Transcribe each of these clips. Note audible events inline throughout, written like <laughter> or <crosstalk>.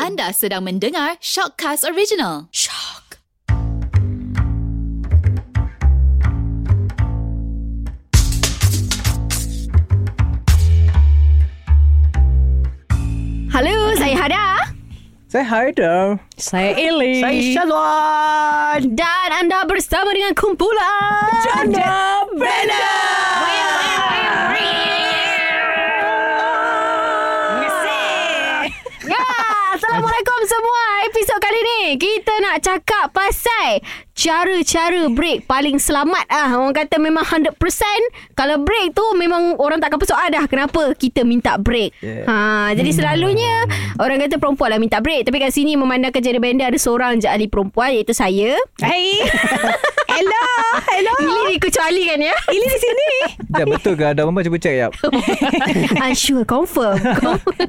Anda sedang mendengar Shockcast Original. Shock. Halo, saya Hada Saya Haidar. Saya Eli Saya Shalwan. Dan anda bersama dengan kumpulan Janda Bella. Ya, Assalamualaikum semua Episod kali ni Kita nak cakap pasal Cara-cara break paling selamat ah Orang kata memang 100% Kalau break tu memang orang tak akan persoal dah Kenapa kita minta break yeah. Yeah. ha, Jadi selalunya Orang kata perempuan lah minta break Tapi kat sini memandang kerja di bandar Ada seorang je ahli perempuan Iaitu saya <laughs> Hai. Hello. Hello. Ili dikecualikan ya Ili di sini. Jap, betul ke ada mama cuba check ya? <laughs> Unsure confirm, confirm.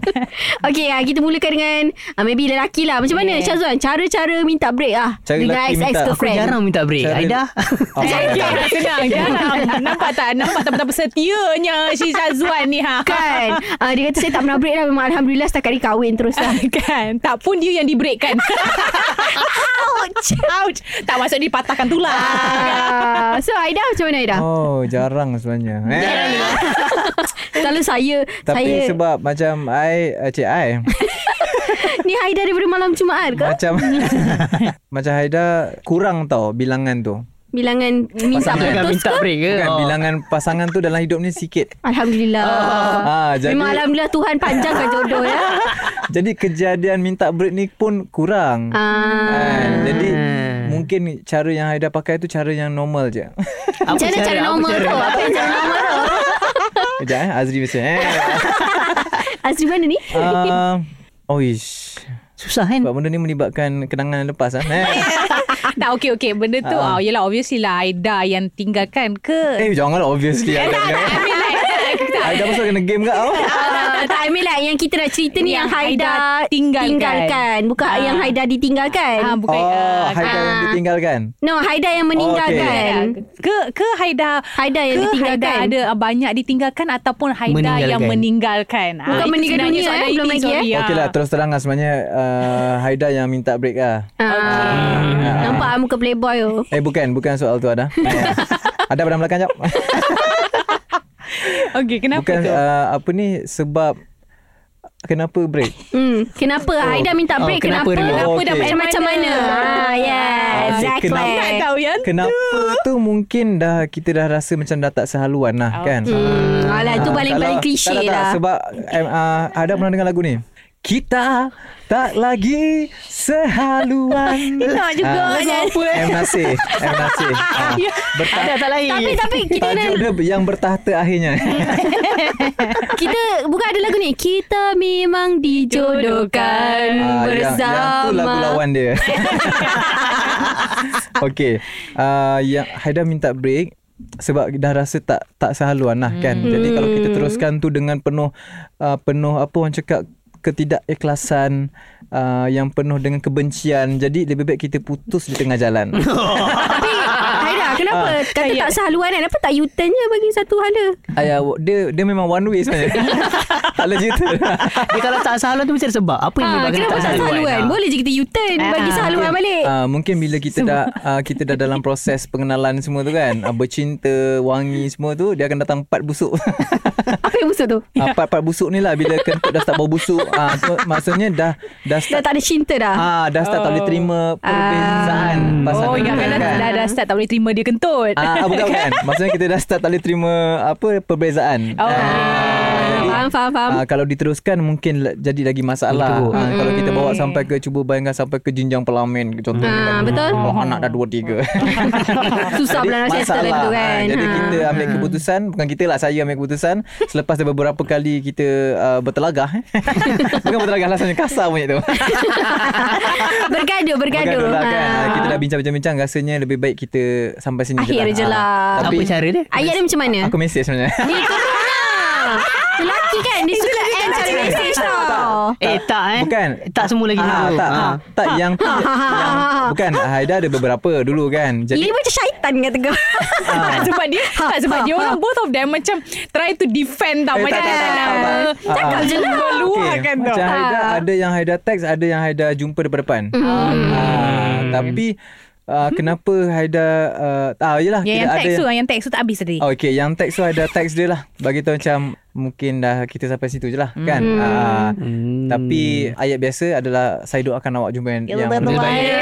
Okay ah, Kita mulakan dengan ah, Maybe lelaki lah Macam mana yeah. Yeah. Syazwan Cara-cara minta break ah Cara Dengan lelaki minta. Aku ex-ex-girlfriend jarang minta break Cara- Aida Oh, Jarang Eh, senang jarang. Nampak tak? Nampak tak betapa setianya si Shazwan ni ha. <laughs> Kan uh, Dia kata saya tak pernah break lah Memang Alhamdulillah setakat ni kahwin terus lah kan tak pun dia yang dibreakkan ouch ouch tak masuk dipatahkan lah. tulang Ah, So Aida macam mana Aida? Oh. Oh, jarang sebenarnya. Eh, Selalu saya tapi saya sebab macam I, eh, Cik I, Ni Aida daripada malam Jumaat ke? macam macam Haida kurang tau bilangan tu. Bilangan minta Jangan putus minta break ke Bukan Oh. bilangan pasangan tu dalam hidup ni sikit. Alhamdulillah Ah, jadi- Memang Alhamdulillah Tuhan panjangkan jodoh <laughs> ya Jadi kejadian minta break ni pun kurang. Ah, Kan? Jadi mungkin cara yang Haida pakai tu cara yang normal je. Apa Macam mana cara Apa normal tu? Apa yang cara normal <laughs> tu? Kejap eh Azri mesti eh. Azri mana Ah, ni? Uh, oh ish. Susah kan Sebab benda ni melibatkan kenangan lepas ah. <laughs> Eh. tak okey okey benda tu uh. oh, yelah obviously lah Aida yang tinggalkan ke eh janganlah <laughs> obviously. tak tak I mean like Ada pasal kena game ke <laughs> kau? Ah, tak, I mean like yang kita nak cerita ni yang, Yang Haida Haida tinggalkan. tinggalkan. Bukan Ah. yang Haida ditinggalkan. Ah, bukan Oh, ah, Haida yang Ah. ditinggalkan. no, Haida yang meninggalkan. ke ke Haida Haida yang Oh, ke ditinggalkan. Haida ada ah, banyak ditinggalkan ataupun Haida Meninggalkan. yang meninggalkan. Ah, Bukan itu meninggal sebenarnya dunia, eh? soalan Belum ini, lagi, eh? sorry, ah. Okey lah terus terang lah sebenarnya uh, Haida yang minta break lah. Ah. Nampak ah, muka playboy tu. Eh bukan, bukan soal tu <laughs> ada. Eh, ada pada belakang jap. Okey, kenapa bukan tu? uh, apa ni sebab kenapa break? Hmm, kenapa oh. Haida minta Oh, break? kenapa kenapa? Oh, dulu? Kenapa okey. dapat macam mana? Ah, yeah, Ah, exactly. kenapa- tak tahu ya. Kenapa tu mungkin dah kita dah rasa macam dah tak sehaluan Oh, lah kan. Hmm, alah itu Ah, paling-paling kalau- klise tak, tak, tak, lah. Sebab em, ah, ada pernah dengar lagu ni. Kita tak lagi sehaluan. Nak juga, Ah, lagu apa, eh? M Nasir. M <laughs> Nasir. Ah, Ya, berta- Ada tak lain Tapi tapi kita nak tajuk dia yang bertahta akhirnya. <laughs> kita bukan ada lagu ni. Kita memang dijodohkan Ah, yang, bersama. yang tu lagu lawan dia. Okey. Ah, yang Haida minta break sebab dah rasa tak tak sehaluan lah kan. Jadi kalau kita teruskan tu dengan penuh ah, penuh apa orang cakap ketidakikhlasan uh, yang penuh dengan kebencian. Jadi lebih baik kita putus di tengah jalan. Tapi Haida kenapa kata tak sehaluan kan? Kenapa tak U-turn je bagi satu hala? Ayah, dia dia memang one way sebenarnya. tak boleh cerita. Dia kalau tak salah tu Mesti ada sebab Apa yang Ha, menyebabkan kenapa tak sehaluan? Ah. Boleh je kita U-turn Ah. bagi sehaluan balik. Uh, mungkin bila kita dah uh, kita dah dalam proses pengenalan semua tu kan uh, bercinta wangi semua tu dia akan datang part busuk <laughs> Apa yang busuk tu? uh, part-part busuk ni lah bila kentut dah start bau busuk uh, so, maksudnya dah dah Dah start tak Oh. ada cinta dah. ah dah start tak boleh terima perbezaan Ah. pasangan Oh, ingat tu kan dah, dah, dah start tak boleh terima dia kentut. Ah, ah, bukan bukan. Maksudnya kita dah start tak boleh terima apa perbezaan. Oh. jadi, Faham, faham, faham. ah, kalau diteruskan mungkin la- jadi lagi masalah. Betul. Ah, kalau kita bawa sampai ke cuba bayangkan sampai ke jinjang pelamin contohnya. Hmm. Ah, betul. Oh. Kalau kan. anak dah 2 3. Susah pula nak settle lagu tu kan. Ah, Jadi Ha. kita ambil Hmm. keputusan, bukan kita lah saya ambil keputusan selepas dari beberapa kali kita uh, bertelagah. <laughs> bukan bertelagah lah sebenarnya kasar punya <laughs> tu. <laughs> bergaduh, bergaduh. lah kan. Ha. Kita dah bincang-bincang rasanya lebih baik kita sampai sini Akhir je Ah, lah. Tapi Apa cara dia Ayat dia macam mana? aku mesej sebenarnya. <laughs> Dia corona. Lelaki kan Dia suka end cara message tau <laughs> Eh tak eh Bukan. Tak semua lagi Ah, gitu. tak, Ah. ah, tak yang, Ha. yang bukan ah, Haida ada beberapa dulu kan. Jadi Ah. Ini macam syaitan kat tengah <laughs> tak sebab dia <laughs> tak <laughs> sebab <laughs> dia orang both of them macam try to defend tau Eh, macam tak, tak, tak, tak, tak. Ah, cakap ah. je lah Okay. luahkan tau Macam Haida Ha. ada yang Haida teks, ada yang Haida jumpa depan-depan. Mhm. Ah, tapi ah, kenapa Haida uh, ah yalah kita Ya, yang ada teks tu yang teks tu tak habis tadi Oh, okay, yang teks tu ada teks dia lah. Bagi tahu macam mungkin dah kita sampai situ je lah kan. Ah, Tapi ayat biasa adalah saya doakan awak jumpa yang, yang lebih baik.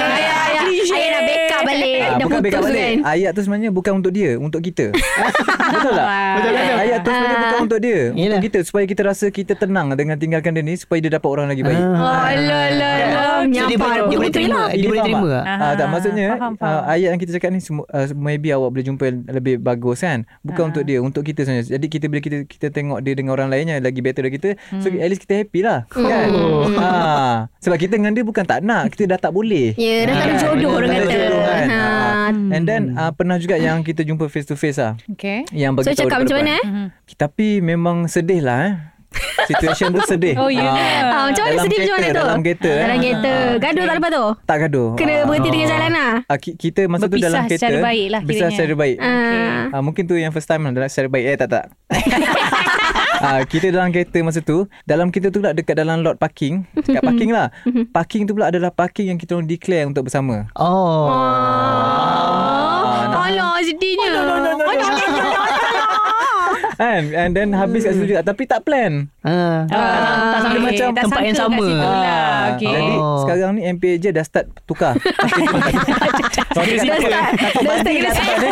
Ayah nak backup balik Ah, Dah bukan putus backup tu kan balik. Ayat tu sebenarnya bukan untuk dia, untuk kita. Betul tak? Betul betul. Ayat tu sebenarnya bukan untuk dia, untuk Yelah. kita supaya kita rasa kita tenang dengan tinggalkan dia ni supaya dia dapat orang lagi baik. Ah. Alah, alah, alah. So, dia, boleh, dia boleh terima Dia boleh faham terima tak? tak? Ah, tak Ah, maksudnya faham, faham, faham. ayat yang kita cakap ni semu- ah, maybe awak boleh jumpa yang lebih bagus kan. Bukan Ah. untuk dia, untuk kita sebenarnya. Jadi kita bila kita kita tengok dia dengan orang lainnya lagi better dari kita, so Hmm. at least kita happy lah Oh. kan. Ah, sebab kita dengan dia bukan tak nak, kita dah tak boleh. Ya dah tak ada Kan? jodoh orang Tak ada kata jodoh kan. Ha. Ah. And then ah, pernah juga yang kita jumpa face to face lah. Okay Yang bagi So tahu cakap depan- macam mana eh? depan. Hmm. Tapi memang sedih lah eh. Situation tu <laughs> sedih. Oh, ya. Ah, Ah, Macam mana dalam sedih macam mana kereta, tu Ah, Dalam kereta. eh. Dalam kereta Gaduh tak lepas tu Tak gaduh. Kena Ah. berhenti dengan jalan lah Ah, ki- kita masa tu Berpisah dalam kereta secara baik lah Berpisah kiranya. secara baik Ah. Ah, Mungkin tu yang first time lah Dalam secara baik Eh tak tak Ah, kita dalam kereta masa tu Dalam kereta tu pula Dekat dalam lot parking Dekat parking lah Parking tu pula adalah Parking yang kita orang declare Untuk bersama Oh Ah, Oh, Alah sedihnya And, Kan? and then habis kat situ juga Tapi tak plan Ah. Tak sangka macam tempat yang sama. lah. Okay. ah. Jadi Oh. sekarang ni MPJ dah start tukar Kau dekat Dah situ, start takut Dah mandi start kena lah tempat dia.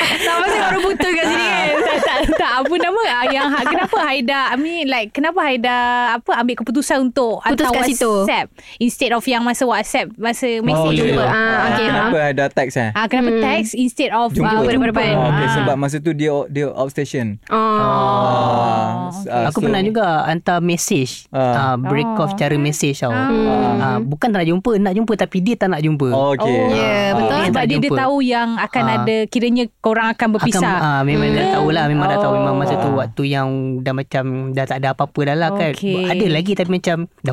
Tak masa baru putus kat sini kan tak, tak, tak. Apa nama ah, yang ha- kenapa Haida I mean like kenapa Haida apa ambil keputusan untuk Putus hantar kat situ. WhatsApp instead of yang masa WhatsApp masa message Oh, jumpa. ya. Ah, Ah, okay, faham. Kenapa ada text eh ah kenapa Hmm. text instead of Jumpa ah, berdepan-depan. Oh, okay, Ah. Sebab masa tu dia dia outstation Oh Ah, s- ah, Aku so- pernah juga hantar mesej Ah. ah. break off cara mesej tau Hmm. ah. Bukan tak nak jumpa Nak jumpa tapi dia tak nak jumpa Oh, okay. Oh, Ah, yeah, betul. dia Sebab tak dia, dia jumpa. tahu yang akan Ah. ada kiranya korang akan Akan, berpisah. ah, memang dah tahu lah Memang dah tahu Oh. Memang masa tu Waktu yang Dah macam Dah tak ada apa-apa dah lah kan Okey. Ada lagi tapi macam Dah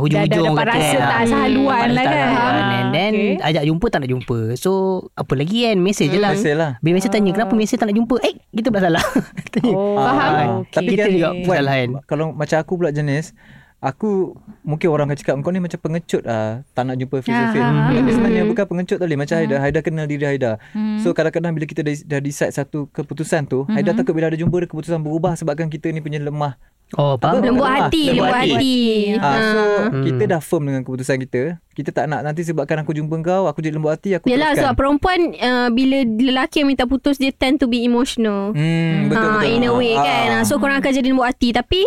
Dah- dah hujung-hujung dapat kata rasa kan, tak ah. sehaluan Dapat lah tak kan. sehaluan. And then Okay. Ajak jumpa tak nak jumpa So Apa lagi kan Mesej je lah Mesej lah. Bila mesej tanya Kenapa mesej tak nak jumpa Eh kita pula salah <laughs> Tanya. Oh, faham? Ah, Tapi kita juga buat lah kan Kalau macam aku pula jenis Aku Mungkin orang akan cakap Kau ni macam pengecut lah Tak nak jumpa face to face Ah. Tapi sebenarnya bukan pengecut tadi Macam Haida Haida kenal diri Haida So kadang-kadang bila kita dah, dah decide Satu keputusan tu Haida takut bila ada jumpa dia Keputusan berubah Sebabkan kita ni punya lemah Oh faham Lembut Ah, hati Lembut lembut hati. hati ah, So kita Hmm. dah firm dengan keputusan kita Kita tak nak nanti sebabkan aku jumpa kau Aku jadi lembut hati Aku Yelah sebab teruskan perempuan uh, Bila lelaki yang minta putus Dia tend to be emotional Hmm, betul, Ah, betul. In a way Ah, kan Ah, ah. So korang akan jadi lembut hati Tapi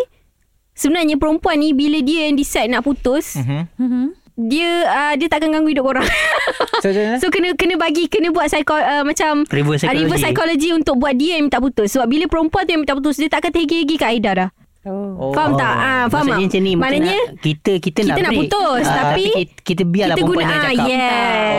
Sebenarnya perempuan ni Bila dia yang decide nak putus Hmm. Mhm. Dia uh, Dia takkan ganggu hidup <laughs> korang So, macam <laughs> mana? So kena kena bagi Kena buat psycho, uh, Macam Reverse ah, reverse psychology psychology. Untuk buat dia yang minta putus Sebab bila perempuan tu yang minta putus Dia takkan terhegi-hegi kat Aida dah Oh. Oh. Faham tak? Ah, faham tak? Maksudnya macam ni macam Maknanya nak- Kita kita, kita nak nak break. putus, Ah, tapi kita, kita biarlah Kita perempuan guna yang ah, cakap Yes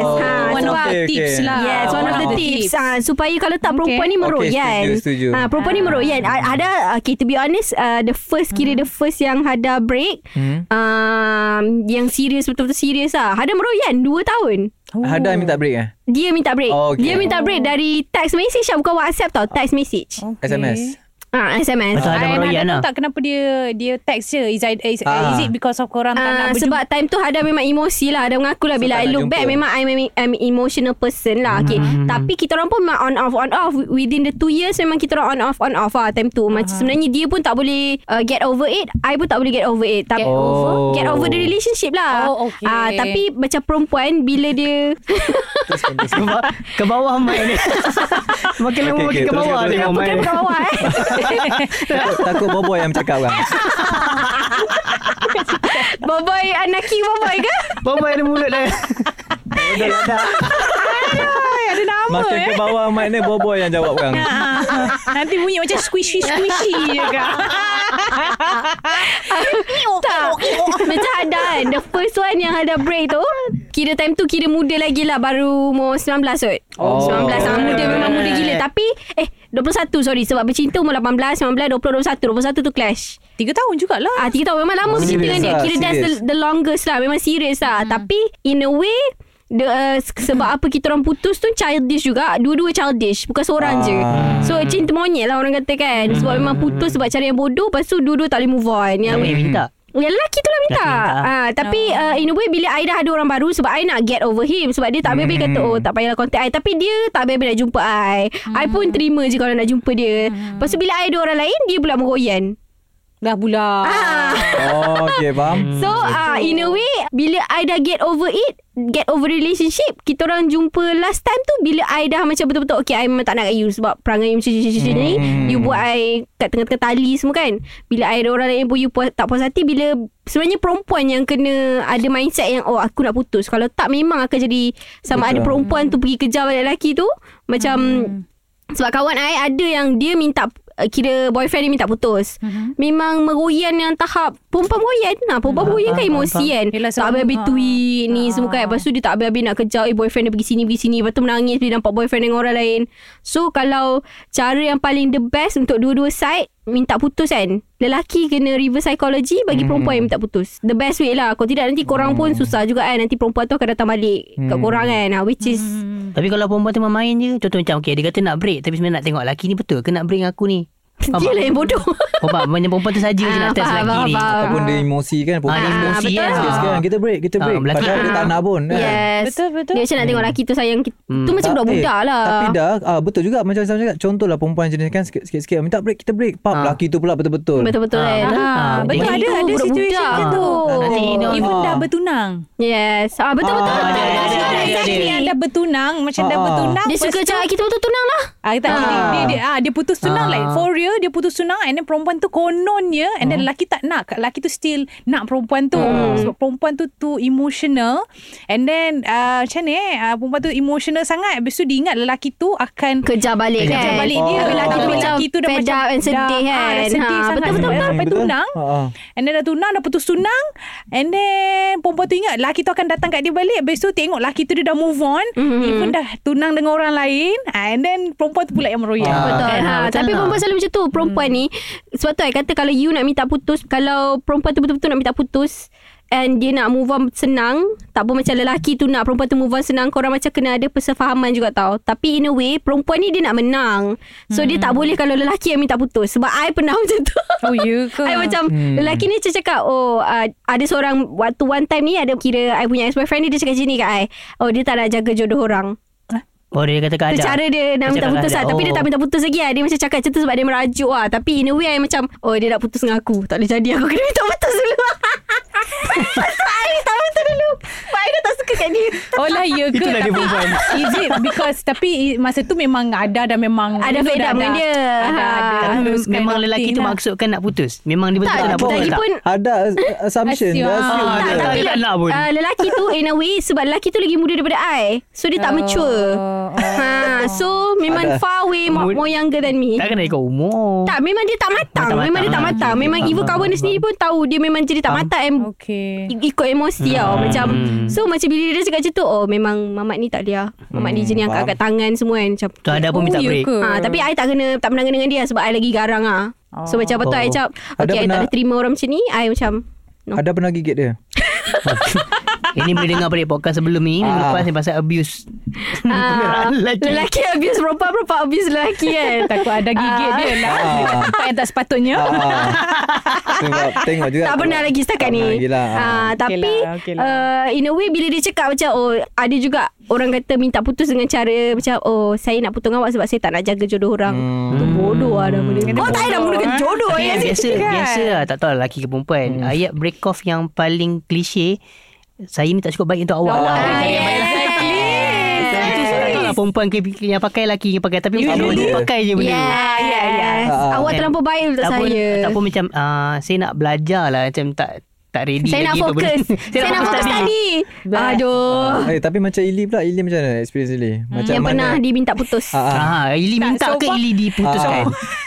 Oh. ha, One of sebab, the Okay, okay. tips lah. Yes, one of the Oh. tips. Ah, supaya kalau tak perempuan Okay. ni meroyan. Okay, setuju, setuju. Ah, perempuan ni meroyan. A- Ada okay to be honest, uh, the first kira the first yang Hada break, Hmm. um, yang serius betul-betul serius ah. Hada meroyan 2 tahun. Haida minta break eh? Dia minta break. Oh, okay. Dia minta break dari text message lah, bukan WhatsApp tau, text message. Okay. SMS. Ah, SMS. Macam Ah, ada and meroyan Hana lah tahu tak kenapa dia dia text je is, I- is, Ah. is it because of korang tak nak Ah, berjumpa sebab time tu Hada memang emosi lah Hada mengaku lah So, Bila tak I nak look jumpa. back Memang I'm, I'm emotional person lah okay. Hmm. Tapi kita orang pun memang on off on off Within the two years Memang kita orang on off on off lah Time tu Ah. Macam sebenarnya dia pun tak boleh uh, Get over it I pun tak boleh get over it Tapi Get over? Oh. Get over the relationship lah Oh, okay. Ah, Tapi macam perempuan Bila <laughs> dia <laughs> ke, ba- ke bawah mic <laughs> ni Makin lama Okay, okay, makin ke bawah teruskan, ni teruskan. mic Bukan ni. bukan awak eh Takut, takut bobo yang <laughs> cakap kan. Boboy Anaki boboy ke Bawah ada mulut dah ada nama Makin eh ke bawah mic ni bobo yang jawab <laughs> kan. <laughs> Nanti bunyi macam squishy squishy je kak. Tak <laughs> Macam Hada kan The first one yang Hada break tu Kira time tu Kira muda lagi lah Baru umur 19 kot Oh. 19 sangat muda Memang muda gila Tapi Eh 21 sorry Sebab bercinta umur 18 19 20 21 21 tu clash Tiga tahun jugalah Ah, tiga tahun memang lama Serious bercinta dengan dia. lah, Kira that's the, serious. the longest lah. Memang serius lah. Tapi in a way The, uh, se- sebab apa kita orang putus tu childish juga Dua-dua childish Bukan seorang je Ah. Hmm. So cinta monyet lah orang kata kan Sebab memang putus sebab cara yang bodoh Lepas tu dua-dua tak boleh move on Yang Yang minta yang lelaki tu lah minta. Lelaki minta. Ha, tapi no. uh, in a way bila I dah ada orang baru sebab I nak get over him sebab dia tak Hmm. habis-habis kata oh tak payahlah contact I tapi dia tak habis-habis nak jumpa I. I pun terima je kalau nak jumpa dia. Lepas tu bila I ada orang lain dia pula menggoyan. Dah pula Ah. Oh okay faham So uh, in a way bila I dah get over it get over relationship kita orang jumpa last time tu bila I dah macam betul-betul okay I memang tak nak kat you sebab perangai you macam macam ni Hmm. you buat I kat tengah-tengah tali semua kan bila I ada orang lain pun you puas, tak puas hati bila sebenarnya perempuan yang kena ada mindset yang oh aku nak putus kalau tak memang akan jadi sama Betul. ada perempuan tu pergi kejar balik lelaki tu macam sebab kawan I ada yang dia minta uh, kira boyfriend dia minta putus. Mm-hmm. Mhm. Memang meroyan yang tahap perempuan meroyan. Ha, perempuan meroyan kan Ah, faham, emosi faham. ah, kan. Yelah, tak sebab- habis-habis ha. tweet ni Ha. semua kan. Lepas tu dia tak habis-habis nak kejar eh, boyfriend dia pergi sini pergi sini. Lepas tu menangis bila nampak boyfriend dengan orang lain. So kalau cara yang paling the best untuk dua-dua side minta putus kan. Lelaki kena reverse psychology Mm-hmm. bagi perempuan yang minta putus. The best way lah. Kalau tidak nanti korang pun susah juga kan. Nanti perempuan tu akan datang balik kat Mm-hmm. Hmm. korang kan. Ha, which is Tapi kalau perempuan tu main je Contoh macam okay, Dia kata nak break Tapi sebenarnya nak tengok lelaki ni betul ke nak break dengan aku ni Faham dia tak? lah yang bodoh. Perempuan, macam perempuan tu saja je Ah, nak test faham, lelaki ni faham, Ataupun dia emosi kan Perempuan Ah, emosi betul. kan Sikit-sikit kan Kita break Kita Ah, break belakang. Padahal dia tak nak pun kan? Yes. Betul, betul. Dia macam nak tengok lelaki tu sayang kita. Hmm. Tu macam Tak- budak-budak eh, lah. Tapi dah ah, Betul juga Macam saya cakap Contohlah perempuan jenis kan sikit- Sikit-sikit Minta break kita break Pap Ah. lelaki tu pula betul-betul Betul-betul Ah, kan. betul. Ah, Ah, Betul Jadi ada itu Ada situasi budak-budak. macam tu Nanti dia orang- Even Ah. dah bertunang Yes. Ah betul betul. Ah, betul. ada, ada, ada, ada, ada. Exactly yang dah bertunang Macam dah Ah. bertunang Dia suka cakap kita betul tunang lah. Ah, tak, Ah. Dia, dia, dia, ah, dia putus tunang Ah. like for real dia putus tunang and then perempuan tu kononnya and then lelaki tak nak lelaki tu still nak perempuan tu sebab perempuan tu too emotional and then ah, macam ni eh ah, perempuan tu emotional sangat habis tu dia ingat lelaki tu akan Kejar balik kan. kejar balik Oh. dia Tapi lelaki tu macam fed up and sedih dah, ah, kan. dah sedih Ha, sangat betul, betul, Sebab betul. sampai tunang Ah, And then dah tunang Dah putus tunang And then Perempuan tu ingat Laki tu akan datang kat dia balik Habis tu tengok Laki tu dia dah move on Mhm. mm-hmm. Even dah tunang dengan orang lain Ah, And then Perempuan tu pula yang meroyak Ah. Betul. kan? Ha, Ah, betul tapi lah. perempuan selalu macam Hmm. tu. Perempuan ni sebab tu I kata kalau you nak minta putus, kalau perempuan tu betul-betul nak minta putus and dia nak move on senang, tak pun macam lelaki tu nak perempuan tu move on senang, korang macam kena ada persefahaman juga tau. Tapi in a way, perempuan ni dia nak menang. So dia tak boleh kalau lelaki yang minta putus sebab I pernah <laughs> macam tu. Oh ya ke I macam Hmm. hmm. Lelaki ni macam cakap Oh uh, ada seorang Waktu one time ni Ada kira I punya ex-boyfriend ni Dia cakap macam ni kat I Oh dia tak nak jaga jodoh orang Oh dia kata Tu keadaan cara dia nak Dia minta cakap putus lah tak ada. Tapi dia Oh. tak minta putus lagi lah Dia macam cakap macam tu Sebab dia merajuk lah Tapi in a way I macam Oh dia nak putus dengan aku Tak boleh jadi aku kena minta putus dulu <laughs> Sebab I minta putus dulu Sebab I dah tak suka kat dia Oh lah ya ke Itulah dia Tapi- perempuan. Is it because Tapi i- masa tu memang ada Dan memang Ada you know, fed dah- up dengan dah- dia. Ada, ada, Ha. ada those kind Memang of lelaki thing tu lah. maksudkan nak putus Memang dia betul Tak, nak putus lagi tak? pun Ada as- assumption Assume. Dia assume Ah, je. tak, tapi dia tak le- nak pun. ah, Lelaki tu in a way Sebab lelaki tu lagi muda daripada I So dia tak Oh, mature oh. ha, So memang Ada. far away more, Mud- more younger than me Takkan nak ikut umur Tak memang dia tak matang Tak matang. Memang dia tak Ah, matang okey. Memang Faham, even faham, kawan dia faham. sendiri pun tahu Dia memang jadi tak Faham. matang And Okay i- ikut emosi tau Hmm. Macam So macam bila dia cakap macam tu Oh memang mamat ni tak dia Mamat ni je ni Hmm, faham. angkat-angkat tangan semua kan Macam Tu ada pun minta ya break ke? ha, Tapi I tak kena Tak menangani dengan dia Sebab I lagi garang ah. So macam apa tu I Oh. cakap Okay Ada I tak pernah- boleh terima orang macam ni I macam No. Ada pernah gigit dia Ini boleh dengar balik podcast sebelum ni Minggu Ah. lepas ni pasal abuse <laughs> Ah, Lelaki. lelaki abuse perempuan Perempuan abuse lelaki kan <laughs> Takut ada gigit Ah. dia lah Ah. Tempat yang tak sepatutnya Ah. Tengok tengok juga tak pernah lagi setakat Tak ni. pernah lagi lah. Ah, tapi lah, okey lah. uh, in a way bila dia cakap macam oh ada juga orang kata minta putus dengan cara macam oh saya nak putus dengan awak sebab saya tak nak jaga jodoh orang. Hmm. Tu bodoh lah dah benda. Kena Kau tak bodoh, payah nak menggunakan eh. jodoh Tapi ya. yang biasa kan? Biasa lah Tak tahu lah lelaki ke perempuan Ayat break off yang paling klise Saya ni tak cukup baik untuk Oh, awak lah Ah, Saya yes. Itu salah tahu lah perempuan ke- yang pakai lelaki yang pakai Tapi Usually. dia pakai je benda tu. Yeah, yeah, yeah. Ah, Ya, Awak kan? terlampau baik untuk tak ah, saya. Pun, tak pun macam uh, Saya nak belajar lah Macam tak tak ready Saya nak lagi untuk <laughs> fokus. benda- Saya nak fokus tadi. Aduh. Eh tapi macam Ili pula Ili macam mana Experience Ili Macam Hmm. Yang Ah, mana pernah diminta putus. Ah, ah. Ah, Ili Tak, minta so ke far- Ili diputuskan?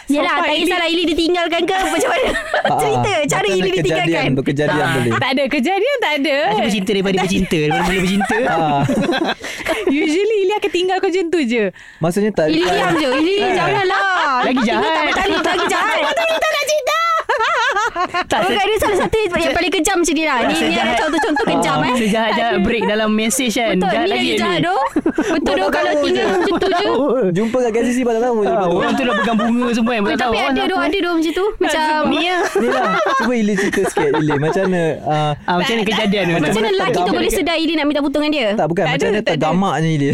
Yelah, Sampai tak kisahlah Ili ditinggalkan ke macam mana. Ah, ah. Cerita cara Macam Ili nak ditinggalkan. Kejadian Berkejadian Ah. boleh Tak ada kejadian tak ada. kan? Asyik bercinta daripada bercinta Daripada mula <laughs> bercinta Ah, Usually Ili akan tinggalkan macam tu je. Maksudnya tak Ili diam je. Ili janganlah. Lagi jahat. Tak bertali, lagi eh. jahat. Kita nak cerita. Tak Oh, se- dia salah satu yang paling kejam macam ni lah. Ni ni ada sejahat- contoh-contoh kejam Ah, eh. Sejahat-jahat break dalam mesej kan Betul, Jahat ni lagi lagi Ili. jahat doh. Betul doh kalau Tahu tinggal je. macam tu je. Tahu. Oh, Jumpa kat KCC Baru tahu je Ah, baru Orang tahu. tu dah pegang bunga semua kan. Eh, Tak tahu Tapi orang ada apa. doh, ada doh macam tu. Macam Ni lah. Ni lah Cuba Ili cerita sikit Ili Macam mana ah, Ah, macam mana kejadian tu? macam mana tak lelaki tu ada. boleh sedar Ili nak minta putus dengan dia? Tak bukan Tak Macam ada, mana tak ada. terdamaknya Ili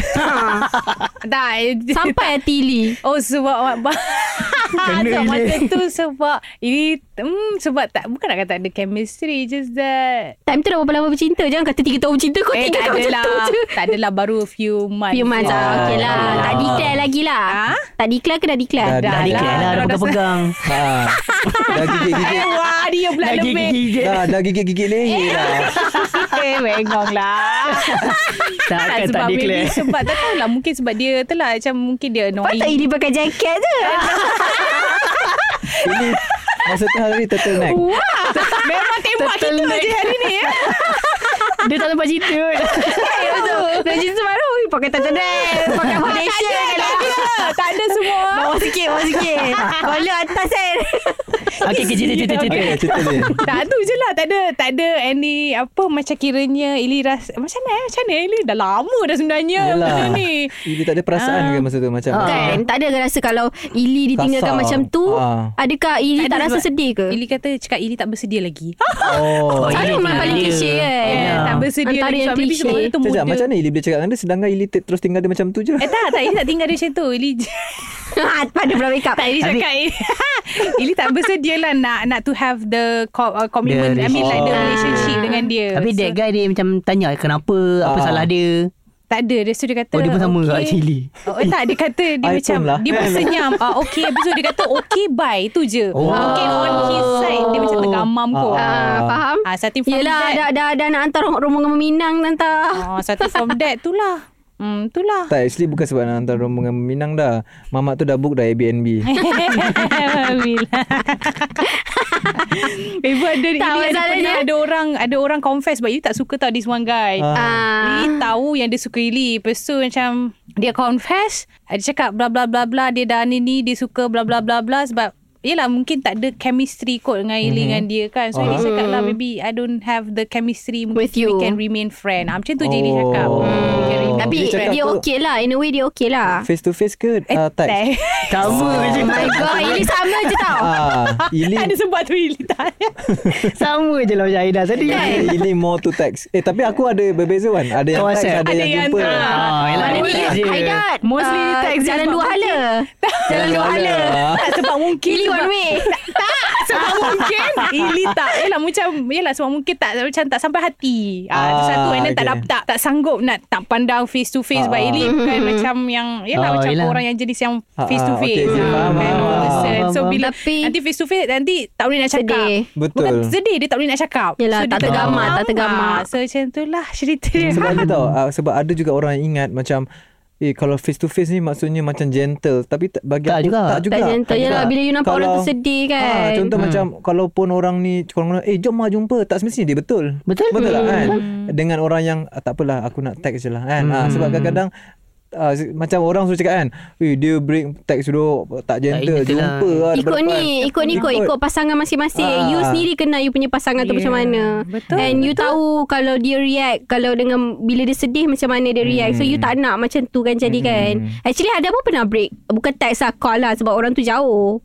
Tak. Sampai hati Ah, Ili. Oh sebab <laughs> Kena sebab masa tu sebab ini hmm, sebab tak bukan nak kata ada chemistry just that Time tu dah berapa lama bercinta Jangan kata tiga tahun bercinta Kau tiga tahun macam tu je tak adalah baru few months Few months lah Ah, Okay lah Ah. Tak declare lagi lah Ah? Tak declare ke dah declare Dah Dah declare lah, dah Dah pegang-pegang. ah, Dah gigit-gigit Ha, Eh, wah dia pula Lagi lebih gigi <laughs> je. Dah, dah gigit-gigit leher lah Eh, bengong lah. Takkan <laughs> tak sebab declare. maybe sebab tak tahulah. Mungkin sebab dia tu lah macam mungkin dia annoying. Patut Ili pakai jaket je Ili Masa tu hari turtleneck Memang tembak kita Turtleneck. je hari ni. eh. <laughs> Dia tak sempat cerita. Dah cinta baru ui, Pakai tatanet Pakai foundation Tak ada. Tak ada semua. Bawah sikit Bawah sikit Kalau atas kan <laughs> Okey, okey, cerita, cerita, cerita. Okay cerita dia tak tu je lah tak ada tak ada any apa macam kiranya Ili ras macam mana eh? macam mana Ili dah lama dah sebenarnya Yelah benda Ya, ni Ili tak ada perasaan Ah. ke masa tu Macam <laughs> Kan Tak ada rasa kalau Ili ditinggalkan Ah. Kasar. macam tu Ah. Adakah Ili Ada tak rasa sebab- sedih ke? Ili kata cakap Ili tak bersedia lagi ha, Oh Oh, Cara Ili memang tak paling ada. kecil kan Ya. tak bersedia Antara lagi yang sebab maybe sebab cliche. <laughs> dia tu muda Sekejap macam mana Ili boleh cakap dengan dia Sedangkan Ili te- terus tinggal dia macam tu je eh tak tak Ili tak tinggal dia macam tu Ili Ah, Pada bulan make up tak Ili cakap Ili, <laughs> Ili tak bersedia lah nak nak to have the co- uh, commitment I mean like the relationship. relationship Ah. dengan dia Tapi that So, guy dia macam tanya "Eh, kenapa, apa Ah. salah dia. tak ada dia so dia kata Oh, dia pun sama kat okay. Cili. Oh, eh, tak dia kata <laughs> dia I macam pun lah. dia pun senyam. Ah okey habis tu dia kata okey bye tu je. Oh. Okay on his side dia macam tergamam kot. Ah, Ah, Ah, Faham? uh, starting from Yelah that. dah, dah, dah nak hantar rumah rumah Minang hantar Ah, starting from that tu lah. Hmm, tu lah. Tak actually bukan sebab nak hantar rombongan Minang dah Mamat tu dah book dah <laughs> Airbnb Bila. Ibu ada ini Tak, ada masalahnya- pernah ada orang ada orang confess sebab Ili tak suka tau this one guy. Ah. Ah. Ili tahu yang dia suka Ili. Lepas tu macam dia confess, dia cakap bla bla bla bla dia dah ni ni dia suka bla bla bla bla sebab Yelah mungkin tak ada chemistry kot dengan Mhm. Ili mm-hmm. dengan dia kan So Ili cakap lah Maybe I don't have the chemistry Ah. Mungkin With you. We can remain friend ah, Macam tu je Ili cakap Oh. We can remain Oh, Tapi dia dia, cakap dia tu- okey lah In a way dia okey lah Face to face ke Ah. Eh, uh, Text teh. Sama je. My god Ini sama je tau Ah, Ili <laughs> Tak ada sebab tu Ili tak <laughs> Sama je lah macam Aida tadi. Ili, Ili more to text Eh tapi aku ada berbeza kan Ada yang Kau text Ada, WhatsApp. Ada yang yang- jumpa ah. Ah, lah, yelah, Mana ni Ah. text je. Aidat Mostly Ah, dia text je Jalan sebab dua hala Jalan dua hala Tak sebab mungkin Kili sebab- one way <laughs> Sebab mungkin Ili tak Yelah macam Yelah sebab mungkin tak Macam tak sampai hati ah, Itu Ah, satu And then tak, okay. dapat- tak, tak sanggup Nak tak pandang face to face Ah, But ah. Ili <laughs> bukan macam yang Yelah Ah, macam yelah. orang yang jenis Yang Ah, face to ah, face okay, okay, Ah, faham, and all faham, this, faham, uh, So faham. bila Tapi- Nanti face to face Nanti tak boleh nak cakap Sedih. Betul. Bukan sedih Dia tak boleh nak cakap Yelah, dia tak tergamar, tak tergamar. Ah, So macam tu lah cerita dia Sebab ada tau uh, Sebab ada juga orang yang ingat Macam Eh kalau face to face ni Maksudnya macam gentle Tapi tak- bagi Tak aku juga. Tak juga Tak gentle Yelah bila you nampak orang tu sedih Ah, kan contoh hmm. macam Kalaupun orang ni Korang Eh jom lah jumpa Tak semestinya dia betul Betul. Betul tak kan Dengan orang yang ah, Tak apalah aku nak text je lah kan ah, Sebab kadang-kadang ah, se- Macam orang suruh cakap kan eh, Dia break text dulu Tak gentle gentle lah. Jumpa lah Ikut ni Ikut ni ikut Ikut pasangan masing-masing Ah. You sendiri kenal You punya pasangan tu Yeah. macam mana Betul, And you tahu Kalau dia react Kalau dengan Bila dia sedih Macam mana dia react So you tak nak macam tu kan Jadi kan Actually ada pun pernah break Bukan text lah Call lah Sebab orang tu jauh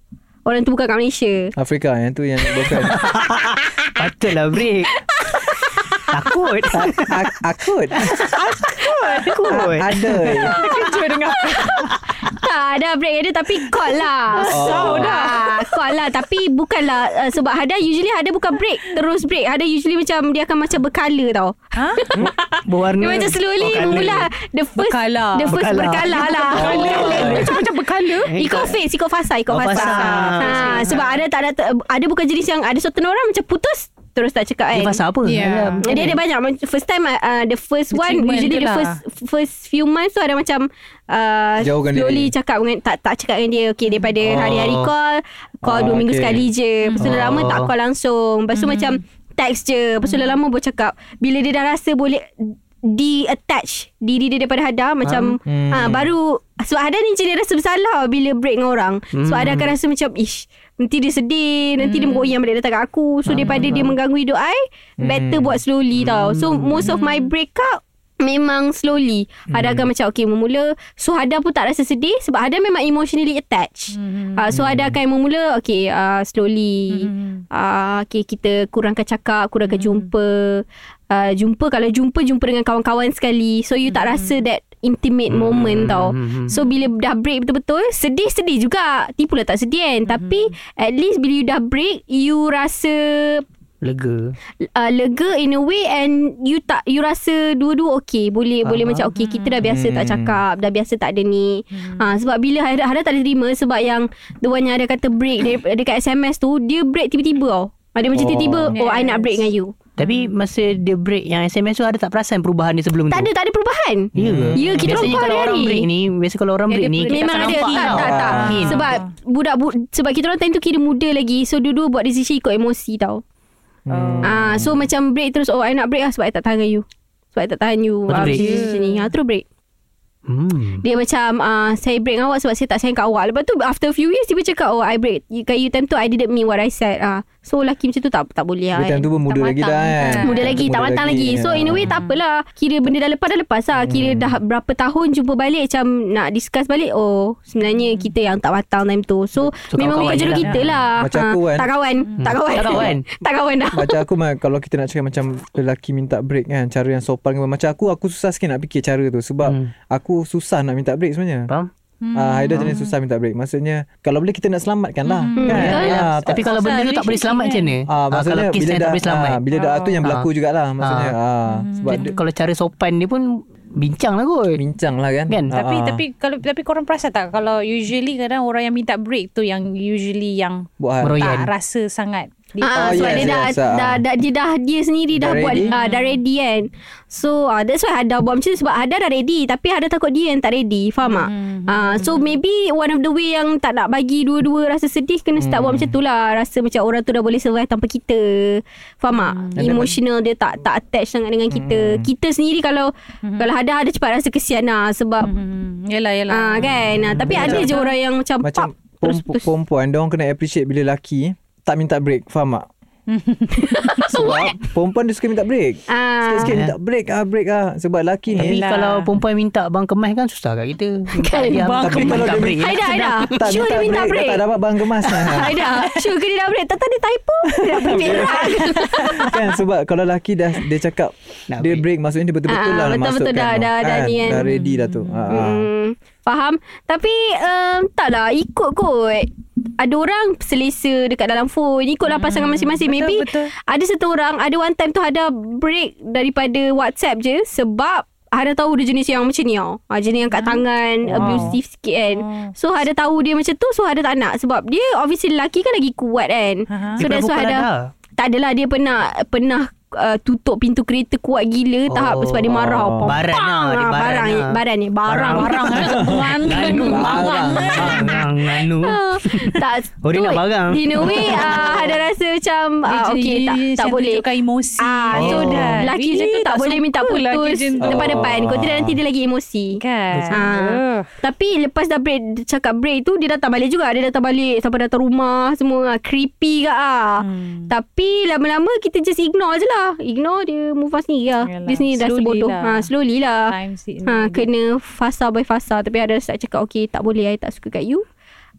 Orang tu bukan kat Malaysia Afrika yang tu yang bukan Patutlah break. Takut. Ak- Akut Takut. Ada Terkejut dengan <laughs> Tak ada break ada Tapi call lah Asal dah Call lah Tapi bukanlah uh, Sebab Hada usually Hada bukan break Terus break Hada usually macam Dia akan maccan berkala tau Ha? Berwarna. Dia macam slowly Oh, oh, colour. mula The first Berkala. The first Berkala. berkala, lah <laughs> berkala. Macam macam berkala Ikut face Ikut fasa Ikut Oh, fasa fasa. ha, Sebab ada tak ada Ada bukan jenis yang Ada certain orang macam putus terus tak cakap kan Dia pasal apa? Eh, Ya. Alah, macam dia ada banyak Macam First time uh, The first The one treatment Usually tu the lah. first First few months tu Ada macam uh, Jauhkan Slowly diri. cakap dengan, tak, tak cakap dengan dia Okay daripada Oh. hari-hari call Call Ah, dua minggu okay. sekali je Lepas tu dah lama Oh. tak call langsung Lepas Hmm. tu macam Text je Lepas tu dah lama baru cakap Bila dia dah rasa boleh De-attach Diri dia daripada Hada Macam Hmm. ha, Baru Sebab Hada ni macam dia rasa bersalah Bila break dengan orang Sebab Hada akan rasa macam Ish Nanti dia sedih Nanti dia mengoyang balik datang kat aku So daripada dia mengganggu hidup I Better buat slowly tau So most of my breakup Memang slowly Hada akan macam Okay memula So Hada pun tak rasa sedih Sebab Hada memang emotionally attached hmm. uh, So Hada akan memula Okay uh, slowly hmm. uh, Okay kita kurangkan cakap Kurangkan hmm. jumpa uh, Jumpa kalau jumpa Jumpa dengan kawan-kawan sekali So you tak rasa that Hmm, Intimate moment tau So bila dah break betul-betul Sedih-sedih juga Tipu lah tak sedih kan Tapi Hmm. At least bila you dah break You rasa Lega. uh, lega in a way and you tak you rasa dua-dua okey boleh Faham. boleh macam okey kita dah biasa tak Hmm. cakap dah biasa tak ada ni hmm. ha, sebab bila Hada, Hada tak ada terima sebab yang the one yang ada kata break <laughs> de- dekat SMS tu dia break tiba-tiba tau ada macam Oh. tiba-tiba oh I nak break dengan you Tapi masa dia break yang SMS tu ada tak perasan perubahan dia sebelum tak tu? ada tak ada perubahan Ya ke? Ya, kita Biasanya orang kalau call orang hari. break ni, biasa kalau orang Dia break ada ni break. kita Memang tak ada nampak tak, tau. tak, tak. Ah. Hint. Sebab budak bu, sebab kita orang time tu kira muda lagi. So dua-dua buat decision ikut emosi tau. Hmm. Ah, so macam break terus oh I nak break lah sebab I tak tahan dengan you. Sebab I tak tahan you. Lepas tu Ah, break. macam ni, macam ni. Ha, terus break. Hmm. Dia macam uh, Saya break dengan awak Sebab saya tak sayang kat awak Lepas tu after a few years Dia cakap Oh I break you, you time tu I didn't mean what I said uh. So lelaki macam tu tak tak boleh lah Dia time tu pun muda Tak lagi matang, dah kan. kan. Muda lagi Tak matang lagi Ya. So in a way tak apalah Kira benda dah lepas Dah lepas lah Hmm. Kira dah berapa tahun Jumpa balik Macam nak discuss balik Oh Hmm. sebenarnya kita yang tak matang time tu So, So, memang kawan-kawan bukan jodoh je lah. kita lah Macam Ah, aku kan. Tak kawan Tak kawan <laughs> Tak kawan. Tak kawan dah macam aku mah kalau kita nak cakap macam lelaki minta break kan cara yang sopan ke apa. macam aku aku susah sikit nak fikir cara tu sebab Hmm. hmm. aku susah nak minta break sebenarnya. Faham? Hmm. Ah Haida jenis susah minta break. Maksudnya kalau boleh kita nak selamatkan lah Hmm. Betul. kan. Ah, tak- Ya, Tapi kalau pasal benda tu tak boleh relationship selamat kan. macam mana? Ah, Ah, maksudnya kalau kes bila yang dah tak boleh selamat. ah, bila dah ah, tu yang Ah. berlaku jugalah maksudnya. Ah, Hmm. sebab dia Kalau cara sopan dia pun bincang lah kot. bincang lah kan. Kan? Ah, Tapi ah. tapi kalau tapi korang perasan tak kalau usually kadang orang yang minta break tu yang usually yang buat hal. Meroyak. tak Royan. rasa sangat dia Ah, ah, Oh, sebab yes, dia dah, yes, ah. dah, dah, dia dah dia sendiri dah, Dah buat ready? Hmm. ah, dah ready kan. So ah, that's why Hada buat macam tu sebab Hada dah ready tapi Hada takut dia yang tak ready. Faham Hmm. tak? Ah, Mm-hmm. so maybe one of the way yang tak nak bagi dua-dua rasa sedih kena start Mm. buat macam tu lah. Rasa macam orang tu dah boleh survive tanpa kita. Faham tak? Mm. Emotional dia tak tak attached sangat dengan kita. Kita sendiri kalau Mm-hmm. kalau Hada ada cepat rasa kesian lah sebab Hmm, yelah yelah. ah kan. Ah, tapi ada je orang yang macam, Mm. macam pop. <laughs> perempu- perempuan dia orang kena appreciate bila lelaki tak minta break. Faham tak? Sebab perempuan dia suka minta break. Ah, Sikit-sikit minta break ah break ah sebab lelaki ni Tapi Yelah. kalau perempuan minta bang kemas kan susah kat kita. Minta Kan, dia bang minta kemas. minta break. Haida, Haida. eh, tak Sure dia minta break. dah tak dapat barang <laughs> kemas lah. Aida Sure ke dia dah break Tata dia <laughs> typo Dia dah lah. berperak kan sebab kalau lelaki dah dia cakap Nak dia break. break maksudnya dia betul-betul Ah, lah nak betul-betul masukkan dah- tu. dah- dah ni kan. dah ready dah tu ha Ah, hmm, Faham Tapi um, Tak lah Ikut kot ada orang selesa dekat dalam phone Ikutlah pasangan masing-masing Hmm, betul, Maybe betul. ada satu orang Ada one time tu ada break Daripada WhatsApp je Sebab ada tahu dia jenis yang macam ni tau ha, Jenis yang Hmm. kat tangan Abusive sikit kan So ada tahu dia macam tu So ada tak nak Sebab dia obviously lelaki kan lagi kuat kan Aha. So Dia that's why pukul ada Hada. Tak adalah dia pernah Pernah uh, tutup pintu kereta kuat gila Tahap Oh. sebab dia marah Oh. Pom- Barang lah, pang! Ah, dia barang barang lah. Barang ni Barang <laughs> Barang. <laughs> Nganu. Barang. Barang. Nganu. Ah, tak Oh, dia tu, nak barang. In a way uh, Ada rasa macam Dia uh, je- Okay tak, dia je tak macam boleh tunjukkan emosi. Ah, so Oh. dah Lelaki macam tu Really? tak, boleh minta suka lelaki putus macam tu. depan-depan Kalau tidak Oh. nanti dia lagi emosi kan. Ah. Tapi lepas dah break Cakap break tu Dia datang balik juga Dia datang balik Sampai datang rumah Semua ah. Creepy ke ah. Hmm. Tapi lama-lama Kita just ignore je lah Ignore dia Move on sendiri lah Yalah, Dia sendiri dah slowly sebodoh lah. ha, Slowly lah Time si- ha, Kena fasa by fasa Tapi ada start cakap Okay tak boleh I tak suka kat you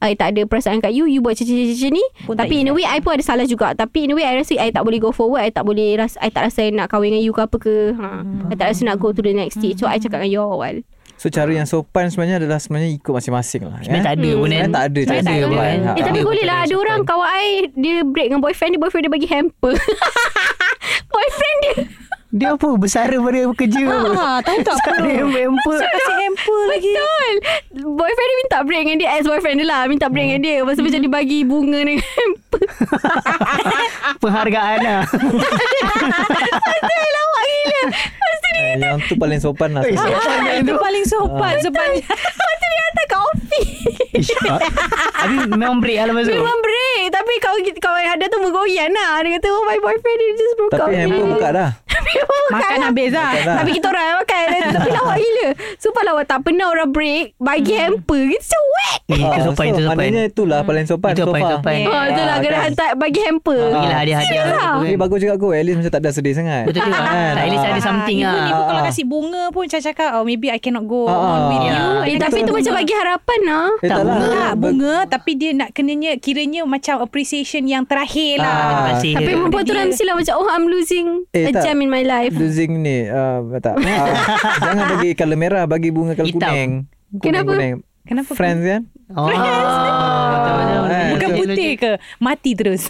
I tak ada perasaan kat you You buat macam-macam ni Pun tak Tapi in a way I pun ada salah juga Tapi in a way I rasa I tak boleh go forward I tak boleh ras, I tak rasa I nak kahwin dengan you ke apa ke ha. Hmm. I tak rasa nak go to the next stage So I cakap dengan you awal so cara yang sopan sebenarnya adalah sebenarnya ikut masing-masing lah Sebenarnya tak ada pun kan. Sebenarnya tak ada Tak cara ada sopan. pun. Ha, Eh ha. tapi Ada boleh lah pun tak ada Ada sopan. orang kawan I Dia break dengan boyfriend Dia boyfriend dia bagi hamper <laughs> Boyfriend dia Dia apa? Bersara pada kerja. Ah, tahu tak <laughs> apa? Dia member. Kasih hamper lagi. Betul Boyfriend dia minta break dengan dia Hmm. <laughs> Ex-boyfriend dia lah Minta break dengan dia Lepas tu macam dia bagi bunga dengan hamper penghargaan lah. Eh, yang tu paling sopan <laughs> lah. Eh, sebenarnya. Ah, itu paling Ah. sopan sebenarnya. Tak kat office Ish, ah, Habis memang break lah lepas tu. Memang break Tapi kawan kita- kawan Hada tu menggoyan lah Dia kata oh my boyfriend Dia just broke up Tapi handphone <laughs> buka dah. Makan habis lah. Makan dah. Tapi kita orang yang makan Tapi lawak gila Sumpah lawak tak pernah orang break Bagi hamper Kita macam what Eh, itu Ah, sopan, so itu sopan. Maknanya itulah paling sopan Itu so paling far. sopan. Oh, itulah Ah, kena kan. hantar bagi hamper. Inilah hadiah-hadiah. Serius lah. Apa Tapi kan? bagus juga aku At least macam tak ada sedih sangat Betul juga. Kan? Tak, at least ada something Even lah. Ah, Ibu kalau Ah. kasih bunga pun Caca cakap oh, Maybe I cannot go Ah, on with ah. you Ya. Eh, Dia tapi kasih tu macam bunga. bagi harapan lah. Eh, tak lah. Tak Ber- bunga Tapi dia nak kenanya Kiranya macam appreciation yang terakhir lah Ah, terima kasih. Tapi perempuan tu dia- lah mestilah macam Oh I'm losing Eh, a tak. gem in my life Losing ni uh, tak. <laughs> Ah, Jangan bagi colour merah Bagi bunga colour Hitam. kuning Kenapa? Kuning, Kenapa? Friends kan Oh, betul, betul, betul. Eh, Bukan so- putih ke Mati <laughs> terus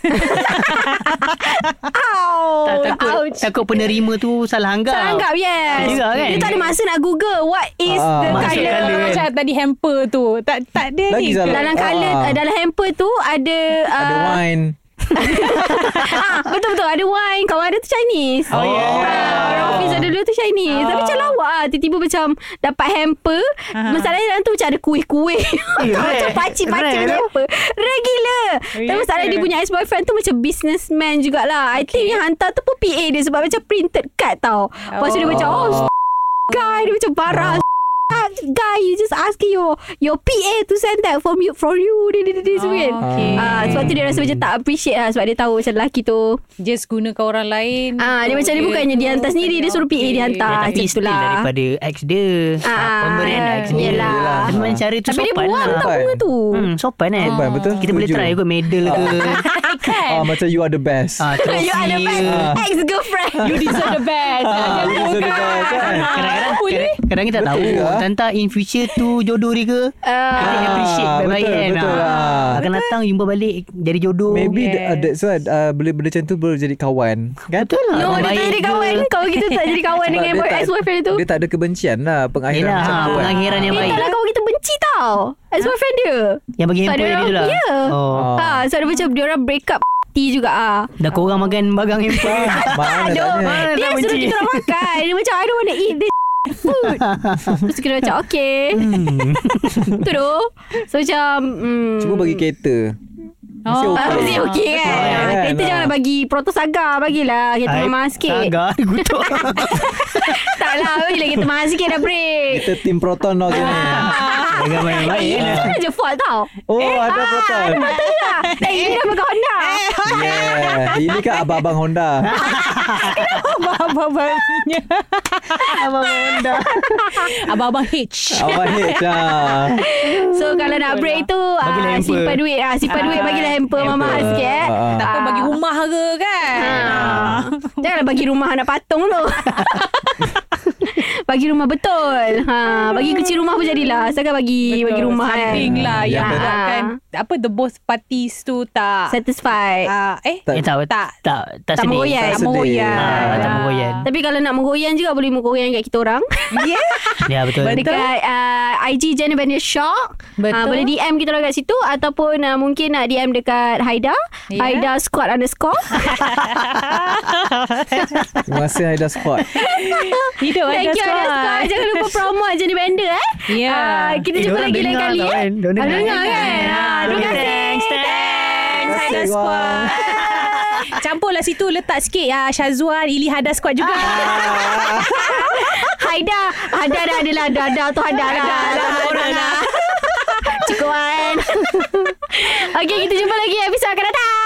Ow Tak, takut, takut penerima tu salah anggap. Salah anggap yes Juga kan? Dia tak ada masa nak google What is Ah, the masuk colour colour. Macam tadi hamper tu Tak tak ada Lagi ni ke? salah. Dalam Ah. colour uh, Dalam hamper tu Ada Ada uh, wine <laughs> ah, Betul-betul ada wine Kawan ada tu Chinese Oh, ya. Ah, Orang office ada dulu tu Chinese Tapi macam lawak lah Tiba-tiba macam Dapat hamper Ah. Masalahnya dalam tu Macam ada kuih-kuih Macam rare. pakcik-pakcik Rare punya tu. hamper Rare gila Tapi Yeah. masalahnya dia punya ex-boyfriend tu Macam businessman jugalah I think yang hantar tu pun PA dia Sebab macam printed card tau Lepas tu dia Oh. macam Oh <laughs> s- guy Dia macam barang s- <laughs> Guy you just asking your Your PA to send that from you For you Dia dia dia- dia semua kan Okay. Ah, sebab tu dia rasa macam tak appreciate lah Sebab dia tahu macam lelaki tu Just gunakan orang lain Ah, dia macam dia bukannya dia hantar sendiri, dia suruh PA dia hantar. Ya, tapi macam still Ah, itulah. daripada ex dia. Ah, Ah, pemberian ex dia. yelah. Memang cara tu Tapi dia lah. sopan buang lah. tau Ah. bunga tu <laughs> Hmm, sopan kan? Sopan, Oh, betul. Kita boleh Setuju. try kot medal ke. ah, Macam you are the best ah, Kan? <laughs> You are the trofi best ke. ex-girlfriend <laughs> You deserve the best Ah, you deserve the <laughs> best, kan? <laughs> Kadang-kadang kadang- Kadang kita tak tahu Betul juga. Tentang in future tu Jodoh dia ke Ah. Kita appreciate Ah, baik-baik betul, kan betul Ah. lah. Akan datang jumpa balik Jadi jodoh Maybe Yes. yes. uh, that's why uh, Benda-benda macam tu Boleh jadi kawan Kan Betul lah No orang dia tak baik jadi ke. kawan Kawan kita tak jadi kawan Sebab Dengan dia tak- ex-boyfriend tu Dia tak ada kebencian lah Pengakhiran Yelah, macam tu kan. pengakhiran yang Eh baik. tak lah kawan kita benci tau Ex-boyfriend dia Yang bagi Sebab dia hamper tadi tu orang- lah Ya. oh. Ah. Ha, so dia macam dia orang break up <laughs> T juga ah. Dah korang makan barang <laughs> hamper Ah, Mana tanya Mana Dia tak suruh benci kita orang makan Dia macam I don't want to eat this <laughs> food Terus kita macam okay <laughs> Tu tu So macam hmm, Hmm. Cuba bagi kereta Mesti Oh. Ah, okey. Mesti okey kan ah, Betul kan? Kereta Ah. jangan bagi Proto Saga Bagilah Kereta Ai, mama sikit Sagar <laughs> <laughs> Gutuk Tak lah Bila kereta mama sikit dah break Kita tim Proton lah <laughs> sini Jangan main-main Eh, lah. Itu kan je fault tau Oh ada Eh, Proton Betul tak Eh ini dah pakai Honda Yeah Ini kan abang-abang Honda Abang-abangnya Abang Honda Abang-abang H Abang H ah. So kalau nak break tu Bagilah ah, hamper. Simpan duit ah, Simpan duit bagilah hamper Mama hamper. sikit eh. Ah. Tak apa Ah. bagi rumah ke kan Ah. Janganlah bagi rumah anak patung tu <laughs> Bagi rumah betul ha, Bagi kecil rumah pun jadilah Asalkan bagi Bagi rumah kan Something lah Yang Ah. buatkan Apa the both parties tu tak Satisfied ah, Eh Tak- Eh tak Tak. Tak Tak, tak Tak sedih menggoyan. Tak sedih. Moyan Ah, Tak menggoyan Tapi kalau nak menggoyan juga Boleh menggoyan kat kita orang Yeah Ya betul Betul. Dekat uh, IG Jenna Bania Shock Betul. Ah, Boleh DM kita orang kat situ Ataupun uh, mungkin nak DM dekat Haida yeah. Ya. Haida squad <laughs> underscore Terima kasih Haida Squad Hidup Thank you Haida squad Jangan lupa promote Jenna Bender eh Ya. Ah, Kita Eh, jumpa diorang lagi lain dengar kali tau eh kan. Diorang Ah, dengar. Dengar kan Ah, Terima kasih Thanks Thanks Thanks Haida Squad <laughs> Campurlah situ Letak sikit ah, Syazwan Ili Hada Squad juga Haida Haida dah adalah Dada tu lah. Haida dah lah, dah, dah, Orang <laughs> dah. dah Cukup kan Okay kita jumpa lagi Episod akan datang